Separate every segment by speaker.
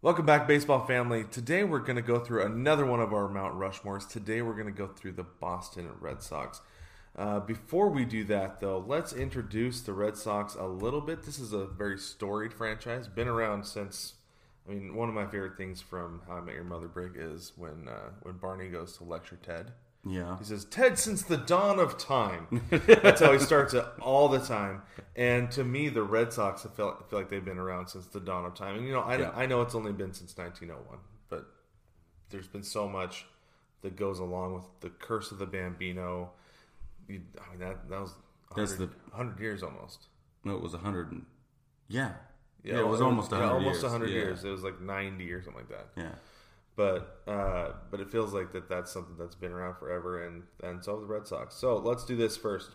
Speaker 1: Welcome back, baseball family. Today we're going to go through another one of our Mount Rushmores. Today we're going to go through the Boston Red Sox. Uh, before we do that, though, let's introduce the Red Sox a little bit. This is a very storied franchise, been around since. I mean, one of my favorite things from How I Met Your Mother, Brig, is when uh, when Barney goes to lecture Ted.
Speaker 2: Yeah.
Speaker 1: He says, Ted, since the dawn of time. That's how he starts it all the time. And to me, the Red Sox I feel, I feel like they've been around since the dawn of time. And, you know, I,
Speaker 2: Yeah.
Speaker 1: I know it's only been since 1901, but there's been so much that goes along with the curse of the Bambino. You, I mean, that, that was
Speaker 2: That's
Speaker 1: 100, 100 years almost.
Speaker 2: No, it was 100. And, yeah. Yeah, it was almost 100
Speaker 1: yeah, almost
Speaker 2: years.
Speaker 1: 100
Speaker 2: yeah.
Speaker 1: years. It was like 90 or something like that.
Speaker 2: Yeah.
Speaker 1: but uh, but it feels like that that's something that's been around forever, and and so have the Red Sox. So let's do this first.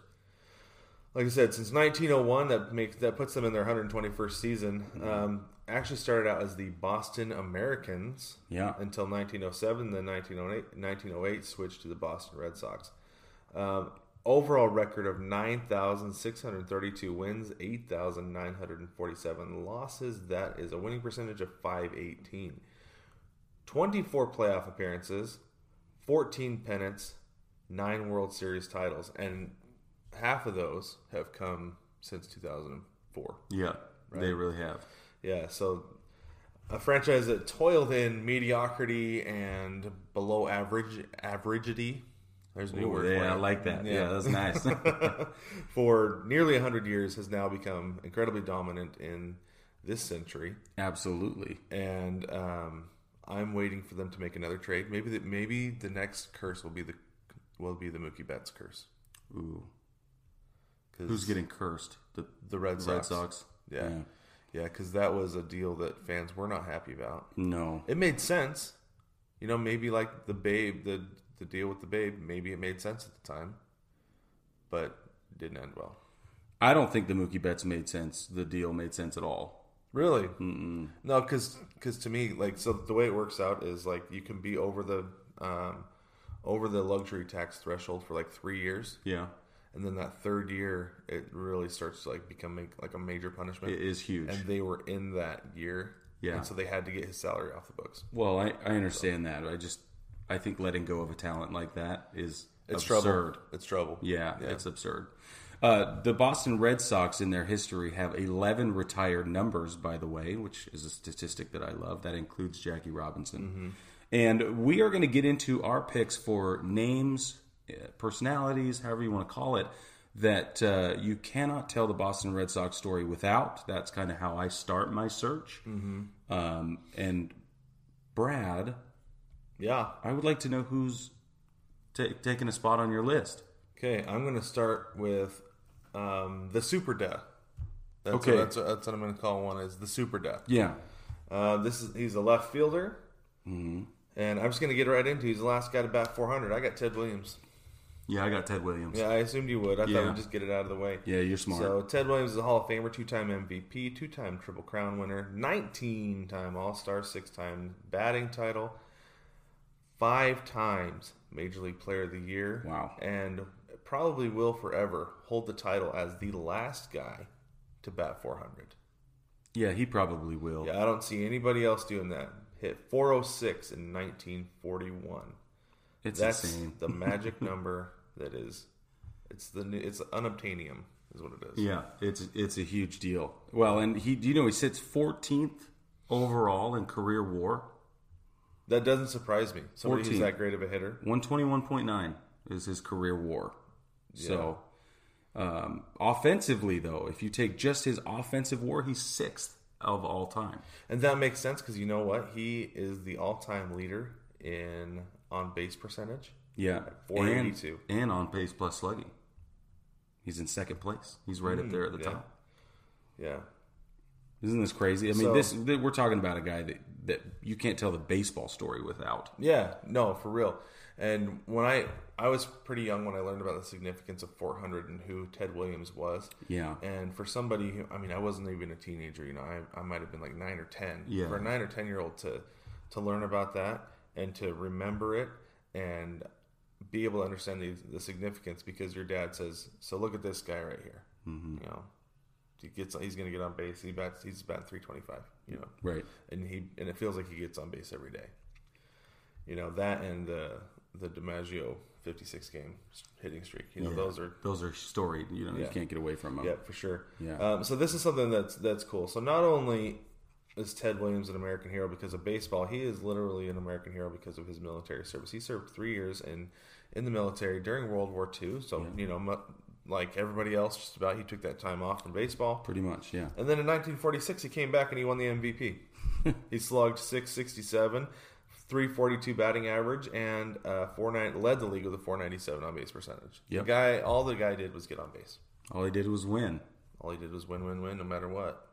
Speaker 1: Like I said, since 1901, that makes that puts them in their 121st season. Um, actually started out as the Boston Americans,
Speaker 2: Yeah.
Speaker 1: until 1907. Then 1908, 1908 switched to the Boston Red Sox. Um, overall record of 9,632 wins, 8,947 losses. That is a winning percentage of 518. 24 playoff appearances, 14 pennants, 9 World Series titles, and half of those have come since 2004.
Speaker 2: Yeah. They really have.
Speaker 1: Yeah, so a franchise that toiled in mediocrity and below average averagity. There's a new word. for
Speaker 2: yeah, I
Speaker 1: it.
Speaker 2: like that. Yeah, that's nice.
Speaker 1: for nearly 100 years has now become incredibly dominant in this century
Speaker 2: Absolutely.
Speaker 1: and um, I'm waiting for them to make another trade. Maybe that maybe the next curse will be the will be the Mookie Betts curse.
Speaker 2: Ooh.
Speaker 1: 'Cause-
Speaker 2: Who's getting cursed? The
Speaker 1: the Red Sox?
Speaker 2: Red Sox?
Speaker 1: Yeah, yeah, because that was a deal that fans were not happy about.
Speaker 2: No.
Speaker 1: It made sense, you know. Maybe like the Babe, the the deal with the Babe. Maybe it made sense at the time, but it didn't end well.
Speaker 2: I don't think the Mookie Betts made sense. The deal made sense at all.
Speaker 1: Really? Mm-mm. No, because to me, like, so the way it works out is like you can be over the um, over the luxury tax threshold for like three years,
Speaker 2: Yeah.
Speaker 1: and then that third year it really starts to like becoming like a major punishment.
Speaker 2: It is huge.
Speaker 1: and they were in that year,
Speaker 2: Yeah.
Speaker 1: and so they had to get his salary off the books.
Speaker 2: Well, I, I understand that. I just I think letting go of a talent like that is
Speaker 1: It's
Speaker 2: absurd.
Speaker 1: trouble. It's trouble.
Speaker 2: Yeah, it's absurd. Uh, the Boston Red Sox in their history have 11 retired numbers, by the way, which is a statistic that I love. That includes Jackie Robinson. And we are going to get into our picks for names, eh, personalities, however you want to call it, that uh, you cannot tell the Boston Red Sox story without. That's kind of how I start my search. Um, and Brad,
Speaker 1: yeah.
Speaker 2: I would like to know who's ta taking a spot on your list.
Speaker 1: Okay, I'm gonna start with um, the super duh. That's
Speaker 2: Okay.
Speaker 1: what, that's, what, that's what I'm gonna call one is the super duh.
Speaker 2: Yeah.
Speaker 1: Uh, this is he's a left fielder,
Speaker 2: Mm-hmm.
Speaker 1: and I'm just gonna get right into. He's the last guy to bat 400. I got Ted Williams.
Speaker 2: Yeah, I got Ted Williams.
Speaker 1: Yeah, I assumed you would. I thought
Speaker 2: Yeah.
Speaker 1: we'd just get it out of the way.
Speaker 2: Yeah, you're smart.
Speaker 1: So Ted Williams is a Hall of Famer, two-time MVP, two-time Triple Crown winner, 19-time All-Star, six-time batting title, five times Major League Player of the Year.
Speaker 2: Wow.
Speaker 1: And probably will forever hold the title as the last guy to bat 400.
Speaker 2: yeah, he probably will.
Speaker 1: Yeah, I don't see anybody else doing that. Hit 406 in 1941.
Speaker 2: it's
Speaker 1: That's
Speaker 2: insane.
Speaker 1: the magic number that is. It's the new- it's unobtainium is what it is.
Speaker 2: yeah, it's it's a huge deal. Well, and he, you know, he sits 14th overall in career WAR.
Speaker 1: That doesn't surprise me. Somebody who's
Speaker 2: 14.
Speaker 1: that great of a hitter.
Speaker 2: 121.9 is his career WAR. So, um, offensively though, if you take just his offensive WAR, he's sixth of all time.
Speaker 1: And that makes sense because you know what? He is the all-time leader in on base percentage.
Speaker 2: Yeah,
Speaker 1: 482.
Speaker 2: and, and on base plus slugging. He's in second place. He's right up there at the
Speaker 1: Hmm, yeah.
Speaker 2: top.
Speaker 1: Yeah.
Speaker 2: Isn't this crazy? I mean,
Speaker 1: So-
Speaker 2: this th- we're talking about a guy that that you can't tell the baseball story without.
Speaker 1: Yeah, no, for real. And when I I was pretty young when I learned about the significance of 400 and who Ted Williams was.
Speaker 2: Yeah.
Speaker 1: And for somebody who I mean, I wasn't even a teenager, you know, I, I might have been like 9 or 10.
Speaker 2: Yeah.
Speaker 1: For a 9 or 10 year old to to learn about that and to remember it and be able to understand the, the significance because your dad says, "So look at this guy right here." You know, he gets he's going to get on base. He bats he's about 325, you know
Speaker 2: Right.
Speaker 1: and he and it feels like he gets on base every day. You know that and the the DiMaggio 56 game hitting streak. You know those are
Speaker 2: Those are storied. You know, you
Speaker 1: Yeah.
Speaker 2: can't get away from them.
Speaker 1: yeah for sure.
Speaker 2: Yeah.
Speaker 1: Um, so this is something that's that's cool. So not only is Ted Williams an American hero because of baseball, he is literally an American hero because of his military service. He served three years in in the military during World War II. So you know mu- like everybody else, just about he took that time off from baseball.
Speaker 2: Pretty much. Yeah.
Speaker 1: And then in 1946, he came back and he won the MVP. he slugged 667, 342 batting average, and uh, 49 led the league with a 497 on base percentage.
Speaker 2: Yep.
Speaker 1: The guy, all the guy did was get on base.
Speaker 2: All he did was win.
Speaker 1: All he did was win, win, win, no matter what.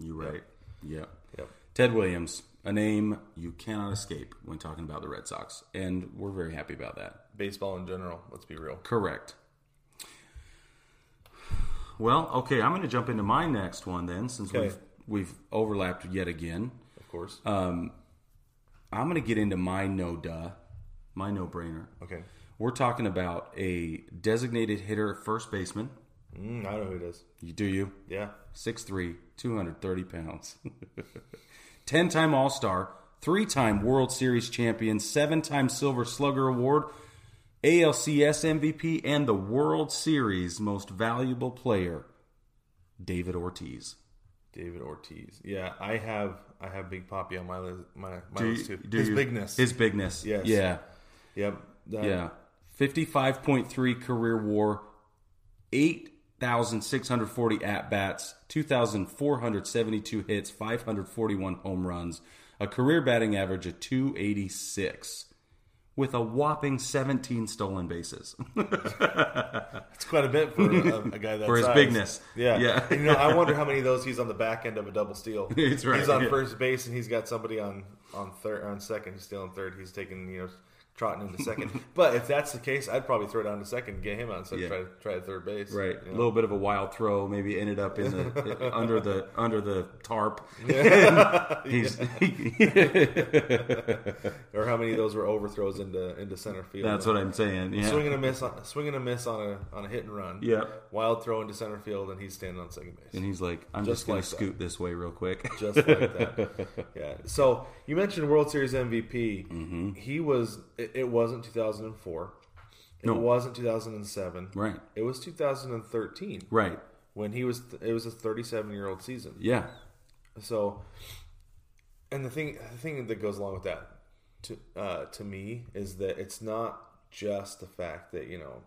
Speaker 2: You right. Yeah.
Speaker 1: Yep.
Speaker 2: Ted Williams, a name you cannot escape when talking about the Red Sox, and we're very happy about that.
Speaker 1: Baseball in general. Let's be real.
Speaker 2: Correct. Well, okay, I'm going to jump into my next one then, since
Speaker 1: Okay.
Speaker 2: we've we've overlapped yet again.
Speaker 1: Of course.
Speaker 2: Uh. I'm going to get into my no duh, my no brainer.
Speaker 1: okay.
Speaker 2: We're talking about a designated hitter, first baseman.
Speaker 1: Mm, I know who it is.
Speaker 2: You do you?
Speaker 1: Yeah.
Speaker 2: 6'3, 230 pounds. 10 time All Star, 3 time World Series champion, 7 time Silver Slugger Award, ALCS MVP, and the World Series most valuable player, David Ortiz.
Speaker 1: David Ortiz. Yeah, I have I have Big Poppy on my list, my, my
Speaker 2: Do you-
Speaker 1: list too.
Speaker 2: do
Speaker 1: His
Speaker 2: you-
Speaker 1: bigness.
Speaker 2: His bigness.
Speaker 1: Yes.
Speaker 2: Yeah.
Speaker 1: yep. That-
Speaker 2: Yeah. 55.3 career war, 8,640 at bats, 2,472 hits, 541 home runs, a career batting average of 286, with a whopping 17 stolen bases.
Speaker 1: It's quite a bit for a, a guy that
Speaker 2: For his
Speaker 1: size.
Speaker 2: bigness.
Speaker 1: Yeah,
Speaker 2: Yeah.
Speaker 1: And, you know, I wonder how many of those he's on the back end of a double steal.
Speaker 2: That's right,
Speaker 1: He's on
Speaker 2: yeah.
Speaker 1: first base and he's got somebody on on third on second. He's stealing third. He's taking you know trotting into second. but if that's the case, I'd probably throw down to second, and get him out instead
Speaker 2: Yeah.
Speaker 1: of try to try to third base.
Speaker 2: Right,
Speaker 1: You
Speaker 2: a
Speaker 1: know?
Speaker 2: little bit of a wild throw, maybe ended up in the under the under the tarp. He's-
Speaker 1: Or how many of those were overthrows into into center field?
Speaker 2: that's what I'm saying. Yeah,
Speaker 1: Swing and a miss on swing and a miss on a on a hit and run.
Speaker 2: Yep.
Speaker 1: Wild throw into center field and he's standing on second base.
Speaker 2: and he's like, "I'm
Speaker 1: Just
Speaker 2: just, gonna
Speaker 1: like that.
Speaker 2: scoot this way real quick."
Speaker 1: just like that. Yeah. So you mentioned World Series MVP.
Speaker 2: Mm-hmm.
Speaker 1: He was. It, it wasn't 2004. It
Speaker 2: No.
Speaker 1: wasn't 2007.
Speaker 2: Right.
Speaker 1: It was 2013
Speaker 2: right.
Speaker 1: when he was. It was a 37 year old season.
Speaker 2: Yeah.
Speaker 1: So, and the thing, the thing that goes along with that, to uh, to me, is that it's not just the fact that you know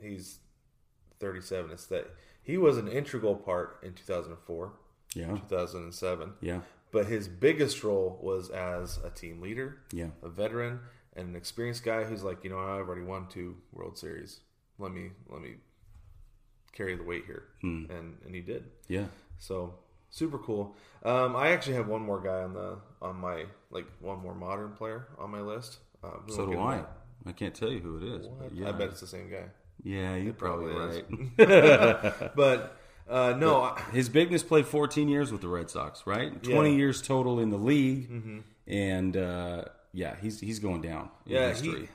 Speaker 1: he's 37. It's that he was an integral part in 2004,
Speaker 2: Yeah.
Speaker 1: 2007.
Speaker 2: Yeah.
Speaker 1: But his biggest role was as a team leader,
Speaker 2: Yeah.
Speaker 1: a veteran, and an experienced guy who's like, you know, I've already won two World Series. Let me let me carry the weight here, and and he did.
Speaker 2: Yeah.
Speaker 1: So super cool. Um, I actually have one more guy on the on my like one more modern player on my list. Uh, we
Speaker 2: So
Speaker 1: won't
Speaker 2: do
Speaker 1: get
Speaker 2: I.
Speaker 1: into
Speaker 2: I can't tell you who it is.
Speaker 1: that.
Speaker 2: But yeah.
Speaker 1: I bet it's the same guy.
Speaker 2: Yeah, you're probably
Speaker 1: probably
Speaker 2: right.
Speaker 1: is. But uh, no, I,
Speaker 2: His bigness played 14 years with the Red Sox, right? 20
Speaker 1: Yeah. Mm-hmm.
Speaker 2: years total in the league, and uh, yeah, he's he's going down. in
Speaker 1: Yeah,
Speaker 2: history.
Speaker 1: he.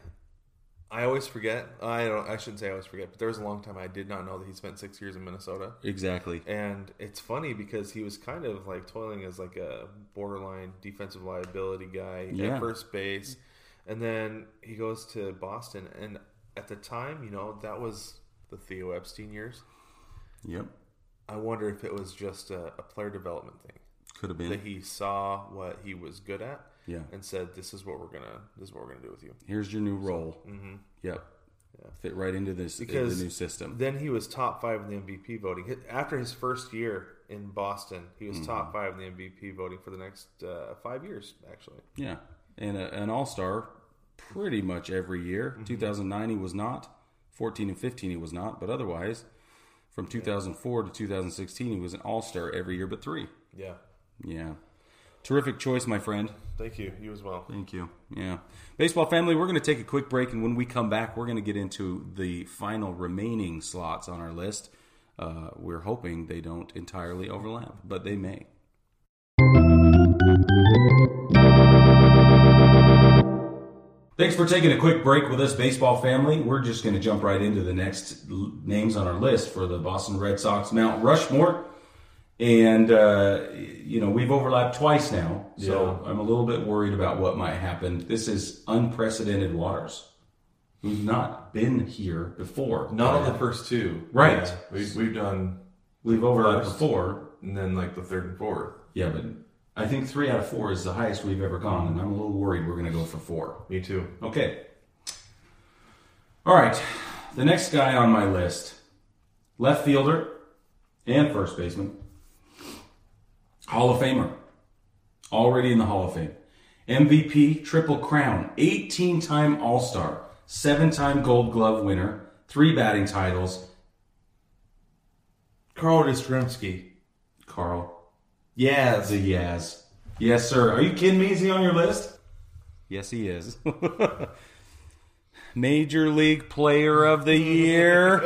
Speaker 1: I always forget. I don't. I shouldn't say I always forget, but there was a long time I did not know that he spent six years in Minnesota.
Speaker 2: exactly.
Speaker 1: And it's funny because he was kind of like toiling as like a borderline defensive liability guy
Speaker 2: Yeah.
Speaker 1: at first base, and then he goes to Boston. And at the time, you know, that was the Theo Epstein years.
Speaker 2: Yep,
Speaker 1: I wonder if it was just a, a player development thing
Speaker 2: could have been.
Speaker 1: that he saw what he was good at,
Speaker 2: Yeah.
Speaker 1: and said, "This is what we're gonna. This is what we're gonna do with you."
Speaker 2: Here's your new role. Mm-hmm. Yep, fit right into this
Speaker 1: Because
Speaker 2: the new system.
Speaker 1: Then he was top five in the MVP voting. Hi- After his first year in Boston, he was top five in the MVP voting for the next uh, five years, actually.
Speaker 2: yeah, uh, Mm-hmm. and a, an All Star pretty much every year. 2009 he was not. 14 and 15, he was not, but otherwise, from 2004 to 2016, he was an All Star every year but three.
Speaker 1: Yeah.
Speaker 2: Yeah. Terrific choice, my friend.
Speaker 1: Thank you. You as well.
Speaker 2: Thank you. Yeah. Baseball family, we're going to take a quick break, and when we come back, we're going to get into the final remaining slots on our list. Uh, we're hoping they don't entirely overlap, but they may. Thanks for taking a quick break with us, baseball family. We're just going to jump right into the next l- names on our list for the Boston Red Sox Mount Rushmore. And, uh, you know, we've overlapped twice now. So I'm a little bit worried about what might happen. This is unprecedented waters. We've not been here before.
Speaker 1: Not on the first two.
Speaker 2: Right.
Speaker 1: Yeah. We've, we've done,
Speaker 2: We've overlapped
Speaker 1: First.
Speaker 2: before.
Speaker 1: and then like the third and fourth.
Speaker 2: Yeah, but I think three out of four is the highest we've ever gone, and I'm a little worried we're going to go for four.
Speaker 1: Me too.
Speaker 2: Okay. All right. The next guy on my list left fielder and first baseman, Hall of Famer, already in the Hall of Fame, MVP, Triple Crown, 18 time All Star, 7 time Gold Glove winner, 3 batting titles,
Speaker 1: Carl Dostremski.
Speaker 2: Carl
Speaker 1: Yes.
Speaker 2: The Yaz. Yes, sir. Are you kidding me? Is he on your list? Yes, he is. Major League Player of the Year.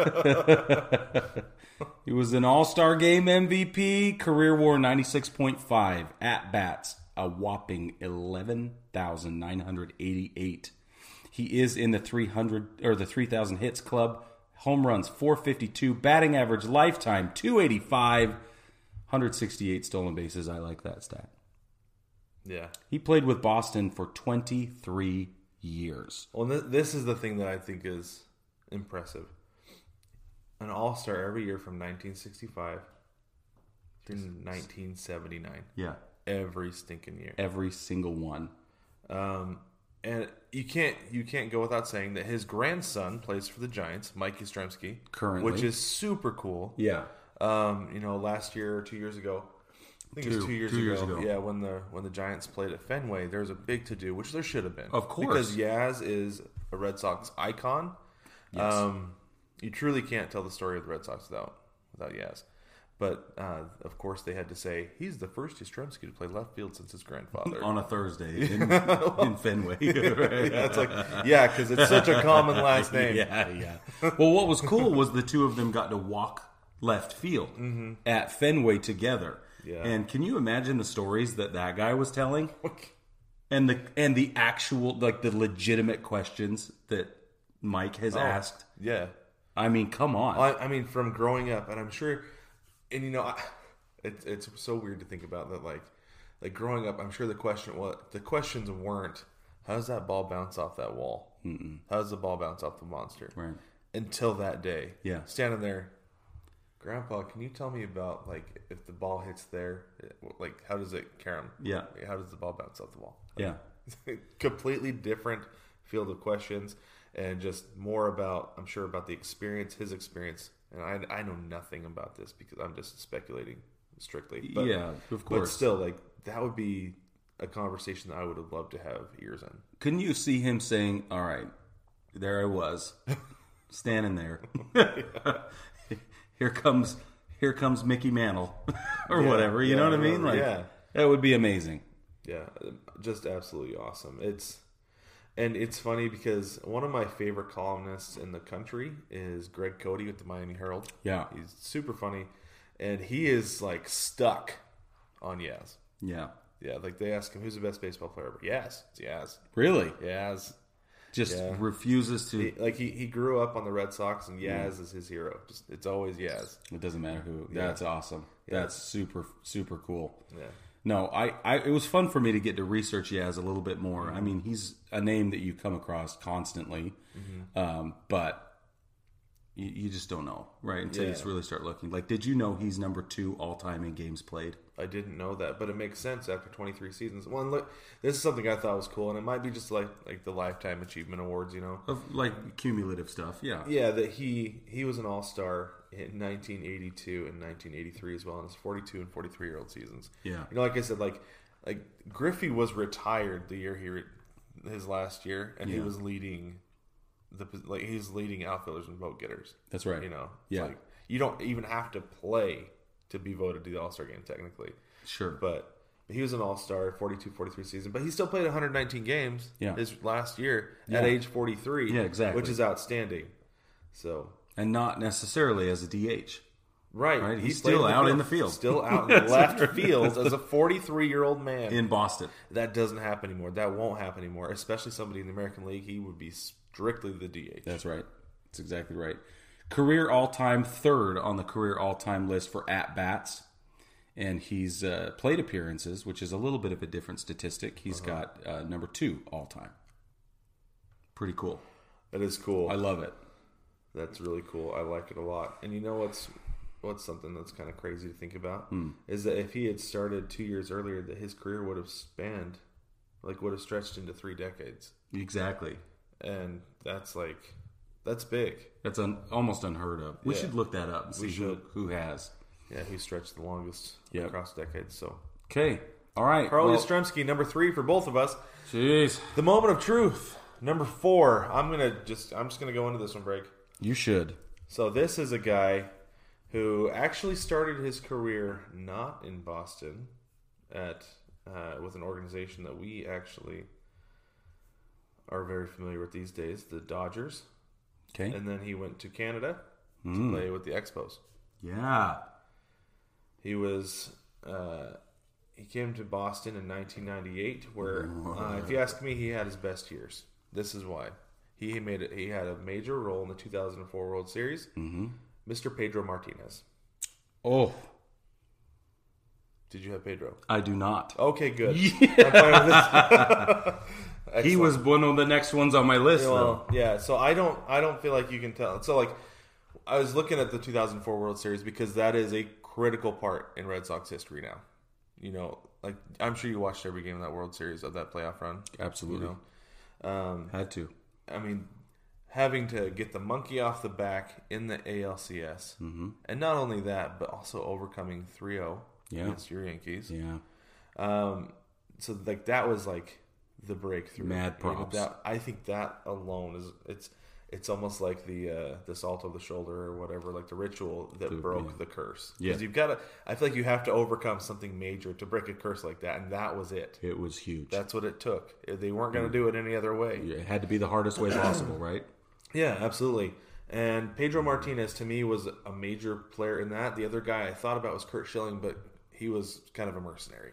Speaker 2: he was an All Star Game MVP, career war 96.5, at bats, a whopping 11,988. He is in the 300 or the 3,000 hits club, home runs 452, batting average lifetime 285. 168 stolen bases. I like that stat.
Speaker 1: Yeah.
Speaker 2: He played with Boston for 23 years.
Speaker 1: Well, th- this is the thing that I think is impressive. An All Star every year from 1965 through 1979,
Speaker 2: Yeah.
Speaker 1: every stinking year.
Speaker 2: Every single one.
Speaker 1: Um, and you can't you can't go without saying that his grandson plays for the Giants, Mike Yastrzemski,
Speaker 2: Currently.
Speaker 1: which is super cool.
Speaker 2: Yeah.
Speaker 1: Um, you know, last year or two years ago, I think it was
Speaker 2: Two-
Speaker 1: two years,
Speaker 2: two
Speaker 1: ago,
Speaker 2: years ago.
Speaker 1: Yeah, when the when the Giants played at Fenway, there was a big to do, which there should have been,
Speaker 2: Of course.
Speaker 1: because Yaz is a Red Sox icon. Um, you truly can't tell the story of the Red Sox without without Yaz. But uh, of course, they had to say he's the first Yastrzemski to play left field since his grandfather.
Speaker 2: On a Thursday in, in Fenway. Right.
Speaker 1: yeah, it's like yeah, because it's such a common last name.
Speaker 2: Yeah, yeah. Well, what was cool was the two of them got to walk left field at Fenway together.
Speaker 1: Mm-hmm. Yeah.
Speaker 2: And can you imagine the stories that that guy was telling? and the and the actual like the legitimate questions that Mike has asked.
Speaker 1: Yeah.
Speaker 2: I mean, come on.
Speaker 1: Oh. I, I mean, from growing up, and I'm sure, and you know, I, it's it's so weird to think about that. Like, like growing up, I'm sure the question what the questions weren't how does that ball bounce off that wall? Mm-mm. How does the ball bounce off the monster?
Speaker 2: Right.
Speaker 1: Until that day,
Speaker 2: Yeah.
Speaker 1: standing there, Grandpa, can you tell me about like if the ball hits there, like how does it, Karam?
Speaker 2: Yeah.
Speaker 1: how does the ball bounce off the wall?
Speaker 2: Yeah.
Speaker 1: completely different field of questions and just more about i'm sure about the experience his experience and i, I know nothing about this because i'm just speculating strictly but,
Speaker 2: yeah, of
Speaker 1: but
Speaker 2: course.
Speaker 1: still like that would be a conversation that i would have loved to have ears in
Speaker 2: Couldn't you see him saying, "All right, there I was, standing there. here comes, here comes Mickey Mantle, or whatever. You
Speaker 1: yeah,
Speaker 2: know what I
Speaker 1: or
Speaker 2: mean? Like
Speaker 1: whatever, yeah.
Speaker 2: that would be amazing.
Speaker 1: yeah just absolutely awesome it's and it's funny because one of my favorite columnists in the country is greg cody with the miami herald
Speaker 2: Yeah,
Speaker 1: he's super funny and he is like stuck on yaz
Speaker 2: yeah.
Speaker 1: Yeah, like they ask him who's the best baseball player. But yes, it's Yaz.
Speaker 2: Really,
Speaker 1: Yaz.
Speaker 2: just
Speaker 1: Yeah.
Speaker 2: refuses to.
Speaker 1: He- like he, he grew up on the Red Sox, and Yaz is his hero. Just it's always Yaz.
Speaker 2: It doesn't matter who. That's awesome. That's super, super cool.
Speaker 1: Yeah,
Speaker 2: No, I, I it was fun for me to get to research Yaz a little bit more.
Speaker 1: Mm-hmm.
Speaker 2: I mean, he's a name that you come across constantly,
Speaker 1: Mm-hmm.
Speaker 2: um, but you, you just don't know, right? Until you
Speaker 1: Yeah.
Speaker 2: really start looking. Like, did you know he's number two all time in games played?
Speaker 1: I didn't know that, but it makes sense after 23 seasons. One look, this is something I thought was cool, and it might be just like like the lifetime achievement awards, you know?
Speaker 2: Of like cumulative stuff, yeah.
Speaker 1: Yeah, that he he was an All Star in 1982 and 1983 as well, in his 42 and 43 year old seasons.
Speaker 2: Yeah.
Speaker 1: you know, like I said, like like Griffey was retired the year he re- his last year, and he was leading the like he's leading outfielders and vote getters.
Speaker 2: That's right.
Speaker 1: You know, It's
Speaker 2: Yeah.
Speaker 1: like, you don't even have to play to be voted to the All Star game technically,
Speaker 2: Sure.
Speaker 1: but he was an All Star 42 43 season, but he still played 119 games
Speaker 2: Yeah.
Speaker 1: his last year at age 43.
Speaker 2: Yeah, exactly.
Speaker 1: which is outstanding. So
Speaker 2: and not necessarily as a DH.
Speaker 1: right,
Speaker 2: Right,
Speaker 1: he
Speaker 2: he's
Speaker 1: played
Speaker 2: still out in the field.
Speaker 1: still out in left field as a 43 year old man
Speaker 2: in Boston.
Speaker 1: That doesn't happen anymore. That won't happen anymore. Especially somebody in the American League, he would be strictly the DH.
Speaker 2: That's right. That's exactly right. Career all time third on the career all time list for at bats. And he's uh, played appearances, which is a little bit of a different statistic. He's got uh, number two all time. Pretty cool.
Speaker 1: That is cool.
Speaker 2: I love it.
Speaker 1: that's really cool. I like it a lot. And you know what's what's something that's kind of crazy to think about
Speaker 2: Hmm.
Speaker 1: is that if he had started two years earlier, that his career would have spanned, like would have stretched into three decades.
Speaker 2: Exactly.
Speaker 1: And that's like that's big.
Speaker 2: That's un- almost unheard of. We
Speaker 1: Yeah.
Speaker 2: should look that up and see
Speaker 1: We
Speaker 2: who,
Speaker 1: should.
Speaker 2: who has.
Speaker 1: Yeah, he stretched the longest
Speaker 2: Yep.
Speaker 1: across decades. So
Speaker 2: Okay. All right.
Speaker 1: Carl
Speaker 2: Well,
Speaker 1: Yastrzemski, number three for both of us.
Speaker 2: Jeez.
Speaker 1: The moment of truth, number four. I'm gonna just I'm just gonna go into this one break.
Speaker 2: You should.
Speaker 1: So this is a guy who actually started his career not in Boston, at uh, with an organization that we actually are very familiar with these days, the Dodgers,
Speaker 2: Okay.
Speaker 1: and then he went to Canada to play with the Expos.
Speaker 2: yeah.
Speaker 1: He was uh, he came to Boston in 1998, where uh, if you ask me, he had his best years. This is why he made it. He had a major role in the 2004 World Series. Mm-hmm. Mr. Pedro Martinez.
Speaker 2: Oh,
Speaker 1: Did you have Pedro?
Speaker 2: I do not.
Speaker 1: Okay, good. I'm fine with this.
Speaker 2: he was one of the next ones on my list, though.
Speaker 1: Well, yeah. So I don't. I don't feel like you can tell. So like, I was looking at the 2004 World Series because that is a critical part in Red Sox history now. You know, like I'm sure you watched every game of that World Series of that playoff run.
Speaker 2: Absolutely.
Speaker 1: You
Speaker 2: Had to.
Speaker 1: know, I mean, having to get the monkey off the back in the ALCS, mm-hmm. and not only that, but also overcoming 3-0
Speaker 2: Yeah.
Speaker 1: against your Yankees.
Speaker 2: Yeah.
Speaker 1: so like that was like the breakthrough.
Speaker 2: Mad
Speaker 1: You know,
Speaker 2: props.
Speaker 1: that, I think that alone is it's it's almost like the uh, the salt of the shoulder or whatever, like the ritual that broke the curse.
Speaker 2: Yeah.
Speaker 1: you've got to. I feel like you have to overcome something major to break a curse like that, and that was it.
Speaker 2: It was huge.
Speaker 1: That's what it took. They weren't going to do it any other way.
Speaker 2: Yeah, it had to be the hardest way possible, right?
Speaker 1: Yeah, absolutely. And Pedro Martinez to me was a major player in that. The other guy I thought about was Kurt Schilling, but he was kind of a mercenary.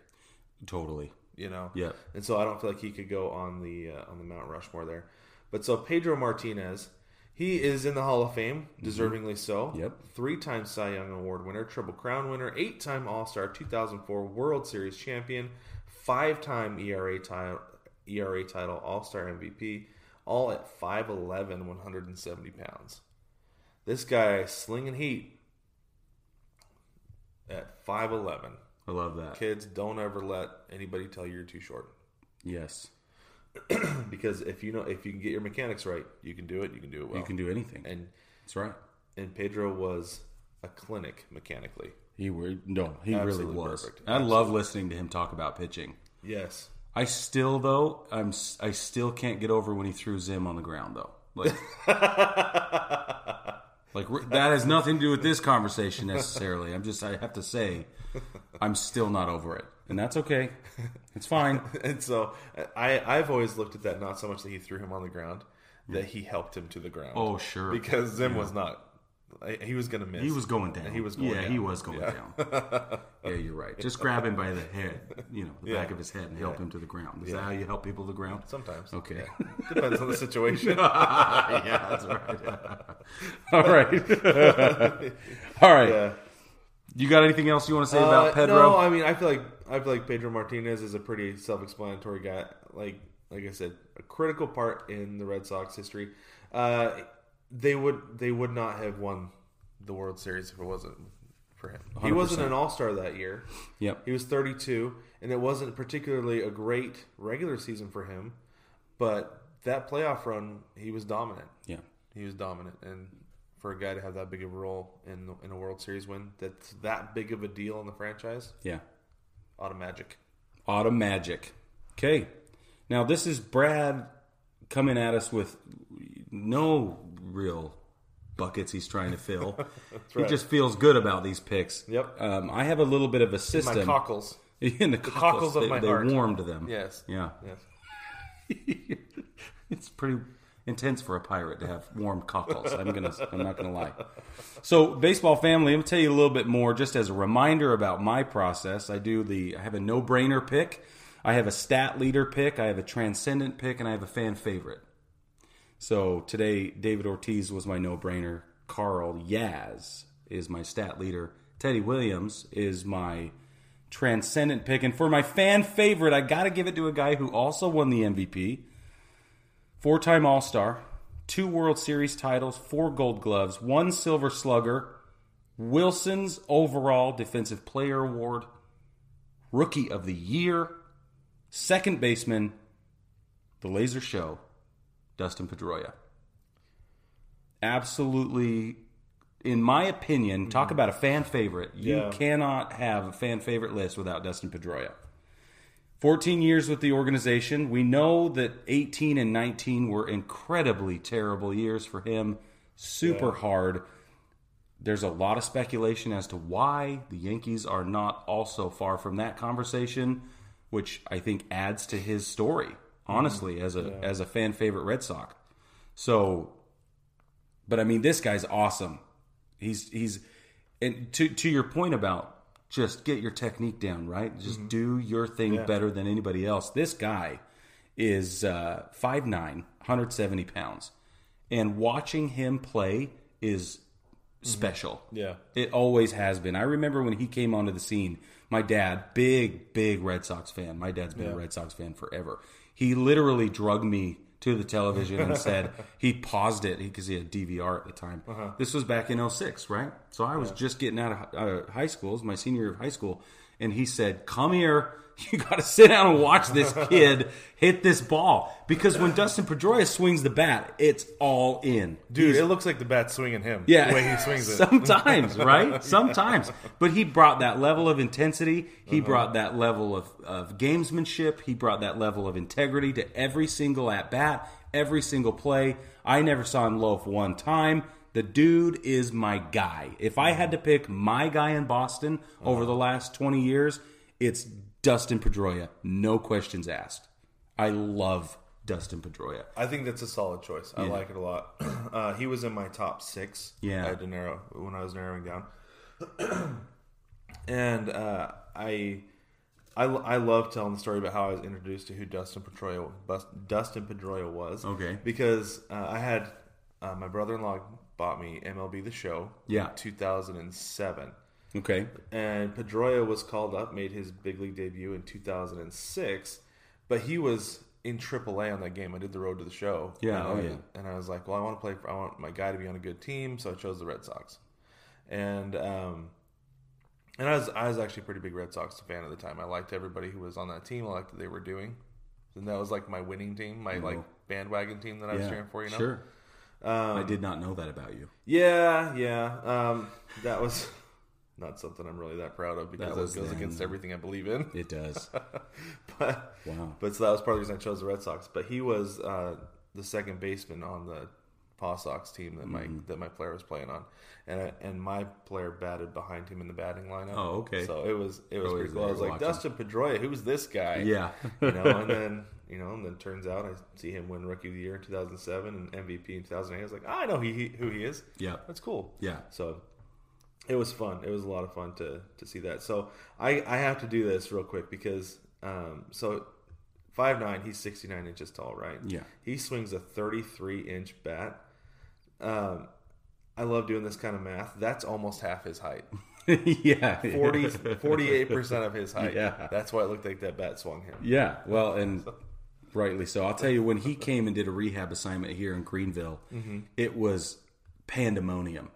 Speaker 2: Totally.
Speaker 1: you know.
Speaker 2: Yeah.
Speaker 1: And so I don't feel like he could go on the uh, on the Mount Rushmore there. But so Pedro Martinez, he is in the Hall of Fame, deservingly so.
Speaker 2: Mm-hmm. Yep.
Speaker 1: Three-time Cy Young Award winner, Triple Crown winner, eight-time All-Star, 2004 World Series champion, five-time E ERA title, ERA E title, All-Star MVP, all at 5'11", 170 pounds. This guy slinging heat at 5'11".
Speaker 2: I love that.
Speaker 1: Kids, don't ever let anybody tell you you're too short.
Speaker 2: Yes.
Speaker 1: Because if you know if you can get your mechanics right, you can do it. You can do it well.
Speaker 2: you can do anything.
Speaker 1: And
Speaker 2: That's right.
Speaker 1: and Pedro was a clinic mechanically.
Speaker 2: He were no, he
Speaker 1: Absolutely
Speaker 2: really was.
Speaker 1: perfect.
Speaker 2: I love listening to him talk about pitching.
Speaker 1: Yes.
Speaker 2: I still though, I'm s- I still can't get over when he threw Zim on the ground though. Like Like re- that has nothing to do with this conversation necessarily. I'm just I have to say I'm still not over it. And that's okay. It's fine.
Speaker 1: And so I I've always looked at that not so much that he threw him on the ground, that he helped him to the ground.
Speaker 2: Oh, sure.
Speaker 1: Because Zim was not. He was gonna miss.
Speaker 2: He was going down.
Speaker 1: He was going
Speaker 2: yeah,
Speaker 1: down.
Speaker 2: he was going down. yeah, you're right. Just grab him by the head, you know, the back of his head, and help him to the ground. Is that how you help people to the ground?
Speaker 1: Sometimes.
Speaker 2: Okay.
Speaker 1: Yeah. Depends on the situation.
Speaker 2: yeah, that's right. All right. All right.
Speaker 1: Yeah.
Speaker 2: You got anything else you want to say about
Speaker 1: Uh,
Speaker 2: Pedro?
Speaker 1: No, I mean I feel like I feel like Pedro Martinez is a pretty self-explanatory guy. Like like I said, a critical part in the Red Sox history. Uh, they would they would not have won the World Series if it wasn't for him. He wasn't an All Star that year.
Speaker 2: Yep.
Speaker 1: He was 32, and it wasn't particularly a great regular season for him. But that playoff run, he was dominant.
Speaker 2: yeah.
Speaker 1: He was dominant, and for a guy to have that big of a role in in a World Series win, that's that big of a deal in the franchise.
Speaker 2: Yeah.
Speaker 1: Auto magic.
Speaker 2: Autumn Magic. Okay. Now this is Brad coming at us with no real buckets he's trying to fill. He just feels good about these picks.
Speaker 1: Yep.
Speaker 2: Um, I have a little bit of a
Speaker 1: My
Speaker 2: system
Speaker 1: cockles.
Speaker 2: in the, cockles.
Speaker 1: cockles of
Speaker 2: they,
Speaker 1: my
Speaker 2: they
Speaker 1: heart.
Speaker 2: warmed them.
Speaker 1: Yes.
Speaker 2: Yeah.
Speaker 1: Yes.
Speaker 2: it's pretty intense for a pirate to have warm cockles. I'm gonna. I'm not gonna lie. So, baseball family, I'm gonna tell you a little bit more, just as a reminder about my process. I do the. I have a no-brainer pick. I have a stat leader pick. I have a transcendent pick, and I have a fan favorite. So today, David Ortiz was my no-brainer. Carl Yaz is my stat leader. Teddy Williams is my transcendent pick, and for my fan favorite, I gotta give it to a guy who also won the MVP four time All Star, two World Series titles, four gold gloves, one silver slugger, Wilson's overall defensive player award, rookie of the year, second baseman, the laser show, Dustin Pedroia. Absolutely, in my opinion, talk about a fan favorite. You
Speaker 1: Yeah.
Speaker 2: cannot have a fan favorite list without Dustin Pedroia. 14 years with the organization. We know that 18 and 19 were incredibly terrible years for him, super hard. There's a lot of speculation as to why the Yankees are not also far from that conversation, which I think adds to his story, honestly, as a as a fan favorite Red Sox. So but I mean this guy's awesome. He's he's and to to your point about just get your technique down, right? Just do your thing better than anybody else. This guy is uh 5'9, 170 pounds. And watching him play is special.
Speaker 1: Yeah.
Speaker 2: It always has been. I remember when he came onto the scene, my dad, big, big Red Sox fan. My dad's been a Red Sox fan forever. He literally drugged me to the television and said he paused it because he had DVR at the time. This was back in 06, right? So I was just getting out of uh, high school, it was my senior year of high school. And he said, Come here. You got to sit down and watch this kid hit this ball. Because when Dustin Pedroia swings the bat, it's all in.
Speaker 1: Dude, it looks like the bat swinging him.
Speaker 2: Yeah.
Speaker 1: The way he swings it.
Speaker 2: Sometimes, right? Sometimes. But he brought that level of intensity. He
Speaker 1: Uh-huh.
Speaker 2: brought that level of, of gamesmanship. He brought that level of integrity to every single at bat, every single play. I never saw him loaf one time. The dude is my guy. If I had to pick my guy in Boston
Speaker 1: Uh-huh.
Speaker 2: over the last 20 years, it's Dustin Pedroia. No questions asked. I love Dustin Pedroia.
Speaker 1: I think that's a solid choice. I like it a lot. Uh, he was in my top six.
Speaker 2: Yeah.
Speaker 1: I had to narrow when I was narrowing down, and uh, I, I, I love telling the story about how I was introduced to who Dustin Pedroia Bus- Dustin Pedroia was.
Speaker 2: Okay.
Speaker 1: because uh, I had uh, my brother-in-law bought me MLB The Show.
Speaker 2: Yeah.
Speaker 1: two thousand and seven.
Speaker 2: Okay.
Speaker 1: And Pedroia was called up, made his big league debut in 2006, but he was in AAA on that game. I did the road to the show.
Speaker 2: Yeah,
Speaker 1: and
Speaker 2: oh,
Speaker 1: I,
Speaker 2: yeah.
Speaker 1: And I was like, well, I want to play. For, I want my guy to be on a good team, so I chose the Red Sox. And um, and I was I was actually a pretty big Red Sox fan at the time. I liked everybody who was on that team. I liked what they were doing, and that was like my winning team, my like bandwagon team that I was cheering for. You know,
Speaker 2: Mm-hmm. Sure.
Speaker 1: Um,
Speaker 2: I did not know that about you.
Speaker 1: yeah, yeah. Um, that was not something I'm really that proud of because
Speaker 2: That
Speaker 1: that,
Speaker 2: was
Speaker 1: goes
Speaker 2: then.
Speaker 1: against everything I believe in.
Speaker 2: It does.
Speaker 1: but,
Speaker 2: Wow.
Speaker 1: but so that was part of the reason I chose the Red Sox. But he was uh, the second baseman on the Paw Sox team that my
Speaker 2: Mm-hmm.
Speaker 1: that my player was playing on, and I, and my player batted behind him in the batting lineup.
Speaker 2: Oh, okay.
Speaker 1: So it was it was
Speaker 2: Oh,
Speaker 1: pretty
Speaker 2: he's
Speaker 1: cool. I
Speaker 2: there
Speaker 1: was like
Speaker 2: watching.
Speaker 1: Dustin Pedroia, who's this guy?
Speaker 2: Yeah.
Speaker 1: you know, and then. You know, and then turns out I see him win Rookie of the Year in 2007 and MVP in 2008. I was like, "Ah, I know he, he, who he is.
Speaker 2: Yeah.
Speaker 1: that's cool.
Speaker 2: Yeah.
Speaker 1: So it was fun. It was a lot of fun to to see that. So I I have to do this real quick because um so five nine he's sixty nine inches tall right
Speaker 2: Yeah.
Speaker 1: he swings a thirty three inch bat. Um, I love doing this kind of math. That's almost half his height.
Speaker 2: yeah.
Speaker 1: 40, 48 percent of his height.
Speaker 2: Yeah.
Speaker 1: That's why it looked like that bat swung him.
Speaker 2: Yeah. Well, and rightly so. I'll tell you, when he came and did a rehab assignment here in Greenville, it was pandemonium.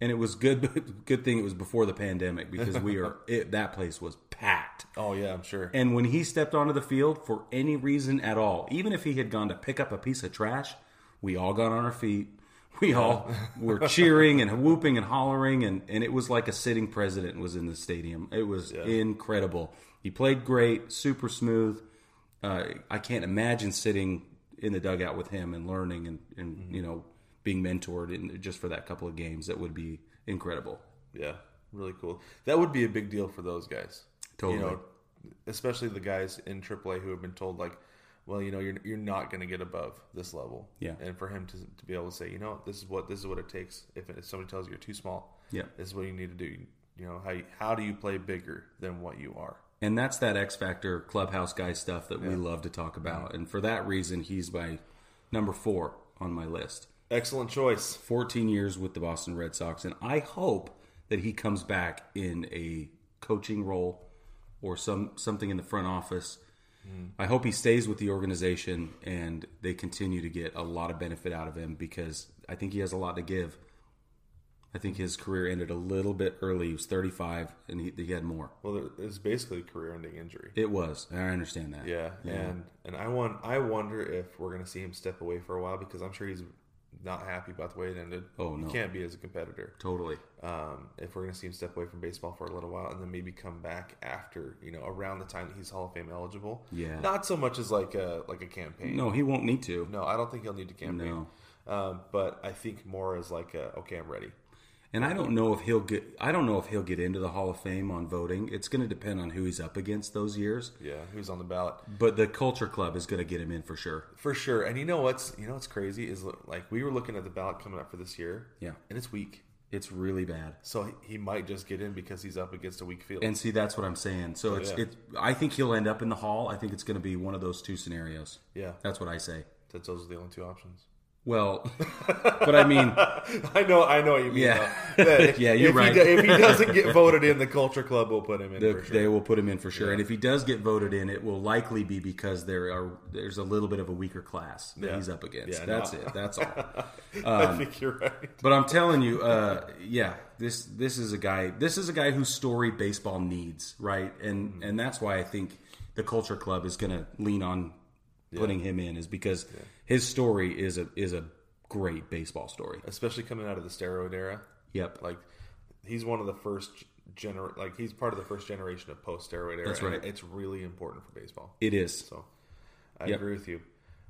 Speaker 2: And it was good. Good thing it was before the pandemic because we are it, that place was packed.
Speaker 1: Oh yeah, I'm sure.
Speaker 2: And when he stepped onto the field for any reason at all, even if he had gone to pick up a piece of trash, we all got on our feet. We all were cheering and whooping and hollering, and, and it was like a sitting president was in the stadium. It was incredible. He played great, super smooth. Uh, I can't imagine sitting in the dugout with him and learning and, and you know being mentored in, just for that couple of games, that would be incredible.
Speaker 1: Yeah, really cool. That would be a big deal for those guys.
Speaker 2: Totally.
Speaker 1: You know, especially the guys in AAA who have been told like, well, you know, you're you're not going to get above this level.
Speaker 2: Yeah.
Speaker 1: And for him to, to be able to say, you know, this is what this is what it takes. If, if somebody tells you you're too small,
Speaker 2: Yeah.
Speaker 1: this is what you need to do. You know, how you, how do you play bigger than what you are?
Speaker 2: And that's that X Factor clubhouse guy stuff that we love to talk about. And for that reason, he's my number four on my list.
Speaker 1: Excellent choice.
Speaker 2: 14 years with the Boston Red Sox, and I hope that he comes back in a coaching role or some something in the front office. I hope he stays with the organization and they continue to get a lot of benefit out of him because I think he has a lot to give. I think his career ended a little bit early. He was 35 and he, he had more.
Speaker 1: Well, it's basically a career-ending injury.
Speaker 2: It was. and I understand that.
Speaker 1: Yeah, and and I want I wonder if we're gonna see him step away for a while because I'm sure he's not happy about the way it ended.
Speaker 2: Oh, no.
Speaker 1: he can't be as a competitor.
Speaker 2: Totally.
Speaker 1: Um, if we're gonna see him step away from baseball for a little while and then maybe come back after you know around the time that he's Hall of Fame eligible.
Speaker 2: Yeah.
Speaker 1: not so much as like a like a campaign.
Speaker 2: No, he won't need to.
Speaker 1: No, I don't think he'll need to campaign.
Speaker 2: No.
Speaker 1: Um, but I think more as like a, okay, I'm ready.
Speaker 2: And I don't know if he'll get. I don't know if he'll get into the Hall of Fame on voting. It's going to depend on who he's up against those years.
Speaker 1: Yeah, who's on the ballot?
Speaker 2: But the Culture Club is going to get him in for sure.
Speaker 1: For sure. And you know what's you know what's crazy is like we were looking at the ballot coming up for this year.
Speaker 2: Yeah.
Speaker 1: and it's weak.
Speaker 2: It's really bad.
Speaker 1: So he- he might just get in because he's up against a weak field.
Speaker 2: And see, that's what I'm saying. So it's
Speaker 1: Oh, yeah.
Speaker 2: it's. I think he'll end up in the Hall. I think it's going to be one of those two scenarios.
Speaker 1: yeah,
Speaker 2: That's what I say.
Speaker 1: that those are the only two options.
Speaker 2: Well, but I mean,
Speaker 1: I know, I know what you mean.
Speaker 2: Yeah.
Speaker 1: though. That if-
Speaker 2: Yeah, you're
Speaker 1: if
Speaker 2: right.
Speaker 1: He, do- if he doesn't get voted in, the Culture Club will put him in
Speaker 2: they-
Speaker 1: for sure.
Speaker 2: they will put him in for sure. And if he does get voted in, it will likely be because there are there's a little bit of a weaker class that
Speaker 1: Yeah.
Speaker 2: he's up against.
Speaker 1: Yeah,
Speaker 2: that's
Speaker 1: no.
Speaker 2: it. That's all. um,
Speaker 1: I think you're right.
Speaker 2: But I'm telling you, uh, yeah, this this is a guy. This is a guy whose story baseball needs, right? And
Speaker 1: Mm-hmm.
Speaker 2: and that's why I think the Culture Club is going to lean on putting him in, is because his story is a is a great baseball story.
Speaker 1: Especially coming out of the steroid era.
Speaker 2: Yep,
Speaker 1: Like he's one of the first gener like he's part of the first generation of post steroid era.
Speaker 2: That's
Speaker 1: and
Speaker 2: right.
Speaker 1: It's really important for baseball.
Speaker 2: it is.
Speaker 1: So I
Speaker 2: Yep.
Speaker 1: agree with you.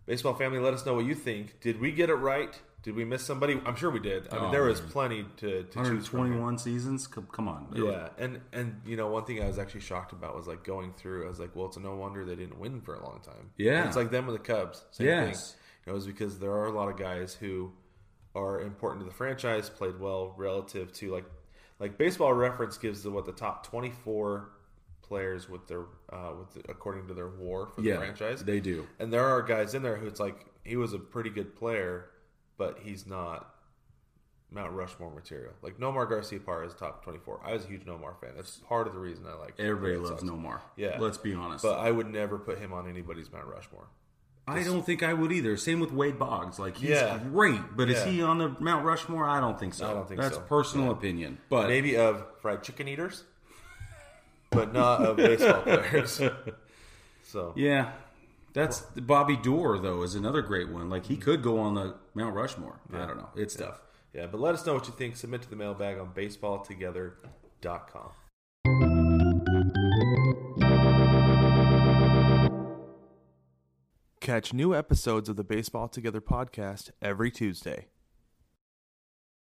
Speaker 1: Baseball family, let us know what you think. Did we get it right? Did we miss somebody? I'm sure we did.
Speaker 2: Oh,
Speaker 1: I mean, there was plenty to, to choose from.
Speaker 2: 121 seasons. Come, come on,
Speaker 1: Yeah, and and you know one thing I was actually shocked about was like going through. I was like, well, it's no wonder they didn't win for a long time.
Speaker 2: Yeah.
Speaker 1: And it's like them with the Cubs. Same
Speaker 2: Yes.
Speaker 1: thing. It was because there are a lot of guys who are important to the franchise, played well relative to like like Baseball Reference gives the what the top twenty four players with their uh, with the, according to their WAR for
Speaker 2: Yeah,
Speaker 1: the franchise.
Speaker 2: they do.
Speaker 1: and there are guys in there who it's like he was a pretty good player, but he's not Mount Rushmore material. Like Nomar Garcia Parra is top 24. I was a huge Nomar fan. That's part of the reason I like.
Speaker 2: Everybody
Speaker 1: the Red
Speaker 2: loves
Speaker 1: Sox.
Speaker 2: Nomar.
Speaker 1: Yeah.
Speaker 2: let's be honest.
Speaker 1: But I would never put him on anybody's Mount Rushmore.
Speaker 2: I don't think I would either. Same with Wade Boggs. Like he's
Speaker 1: Yeah.
Speaker 2: great, but is
Speaker 1: Yeah.
Speaker 2: he on the Mount Rushmore? I don't think so.
Speaker 1: I don't think
Speaker 2: That's
Speaker 1: so.
Speaker 2: personal opinion. But
Speaker 1: Maybe of fried chicken eaters, but not of baseball players. So
Speaker 2: Yeah. That's Bobby Dorr though is another great one. Like he could go on the Mount Rushmore. I don't know. It's tough.
Speaker 1: yeah, but let us know what you think. Submit to the mailbag on baseballtogether.com. Catch new episodes of the Baseball Together podcast every Tuesday.